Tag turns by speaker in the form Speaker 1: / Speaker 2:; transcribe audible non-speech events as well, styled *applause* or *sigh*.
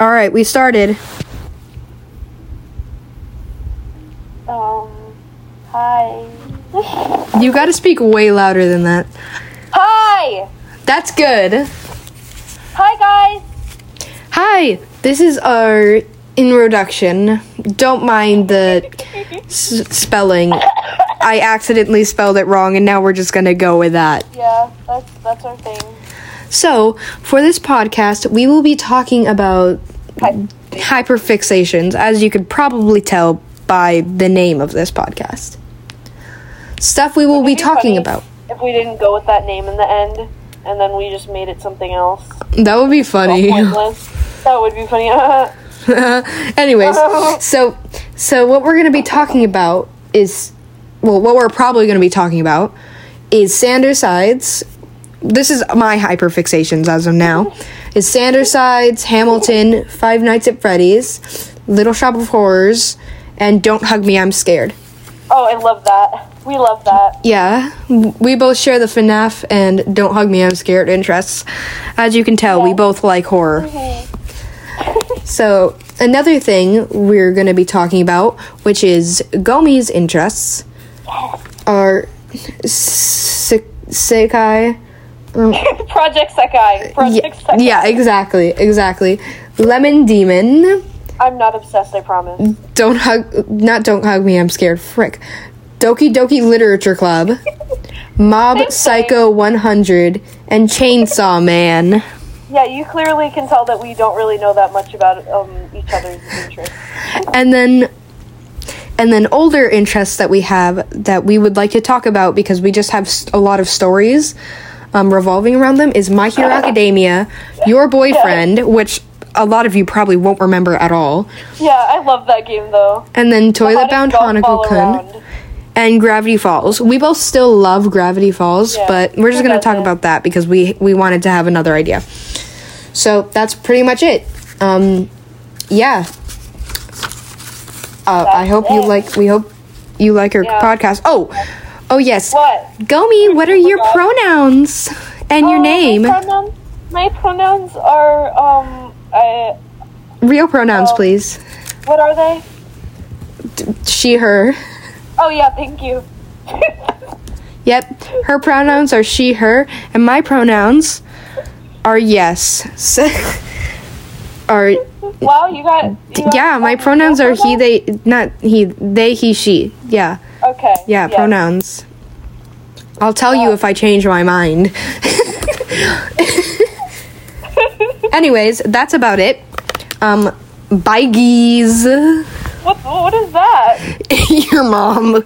Speaker 1: All right, we started.
Speaker 2: Um, hi. *laughs*
Speaker 1: You got to speak way louder than that.
Speaker 2: Hi!
Speaker 1: That's good.
Speaker 2: Hi, guys!
Speaker 1: Hi, this is our introduction. Don't mind the s- spelling. I accidentally spelled it wrong, and now we're just gonna go with that.
Speaker 2: Yeah, that's that's our thing.
Speaker 1: So, for this podcast, we will be talking about
Speaker 2: Hi.
Speaker 1: hyperfixations, as you could probably tell by the name of this podcast. Stuff we will be
Speaker 2: It'd
Speaker 1: talking
Speaker 2: funny
Speaker 1: about.
Speaker 2: If we didn't go with that name in the end, and then we just made it something else.
Speaker 1: That would be funny.
Speaker 2: Pointless. That would be funny. *laughs* Oh,
Speaker 1: *laughs* Anyways, so so what we're going to be talking about is well, what we're probably going to be talking about is Sandersides. This is my hyperfixations as of now. Is Sandersides, Hamilton, Five Nights at Freddy's, Little Shop of Horrors, and Don't Hug Me, I'm Scared.
Speaker 2: oh, I love that. We love that.
Speaker 1: Yeah, w- we both share the FNAF and Don't Hug Me, I'm Scared interests. As you can tell, we both like horror. so, another thing we're going to be talking about, which is Gomi's interests, are Sek- Sekai.
Speaker 2: Project Sekai. Project
Speaker 1: Yeah,
Speaker 2: Sekai.
Speaker 1: yeah, exactly, exactly. Lemon Demon.
Speaker 2: I'm not obsessed, I promise.
Speaker 1: Don't hug, not don't hug me, I'm scared. Frick. Doki Doki Literature Club, Mob Psycho 100, and Chainsaw Man.
Speaker 2: Yeah, you clearly can tell that we don't really know that much about um, each other's interests.
Speaker 1: And then and then older interests that we have that we would like to talk about because we just have s- a lot of stories um, revolving around them is My Hero Academia, Your Boyfriend, which a lot of you probably won't remember at all,
Speaker 2: Yeah, I love that game though.
Speaker 1: and then Toilet
Speaker 2: Hottest
Speaker 1: Bound
Speaker 2: golf ball
Speaker 1: Hanako-kun.
Speaker 2: around.
Speaker 1: and Gravity Falls. We both still love Gravity Falls,
Speaker 2: Yeah,
Speaker 1: but we're just
Speaker 2: who
Speaker 1: going to talk
Speaker 2: doesn't?
Speaker 1: about that because we we wanted to have another idea. So that's pretty much it. Um, yeah. Uh, I
Speaker 2: That's
Speaker 1: hope you
Speaker 2: it.
Speaker 1: like. We hope you like our
Speaker 2: Yeah.
Speaker 1: podcast. Oh, oh yes.
Speaker 2: What?
Speaker 1: Gomi, what are your
Speaker 2: forgot.
Speaker 1: pronouns and your
Speaker 2: Um,
Speaker 1: name?
Speaker 2: My pronouns, my pronouns are um, I,
Speaker 1: Real pronouns,
Speaker 2: um,
Speaker 1: please.
Speaker 2: what are they?
Speaker 1: She, her.
Speaker 2: Oh yeah, thank you. *laughs*
Speaker 1: Yep. Her pronouns are she, her, and my pronouns are yes. *laughs* So- are
Speaker 2: wow, you got. You got
Speaker 1: yeah, my
Speaker 2: um,
Speaker 1: pronouns
Speaker 2: no
Speaker 1: are he, they, not he, they, he, she. Yeah.
Speaker 2: Okay.
Speaker 1: Yeah,
Speaker 2: yes.
Speaker 1: pronouns. I'll tell you if I change my mind. *laughs* Anyways, that's about it. Um, bye geez.
Speaker 2: What? What is
Speaker 1: *laughs*
Speaker 2: that?
Speaker 1: Your mom.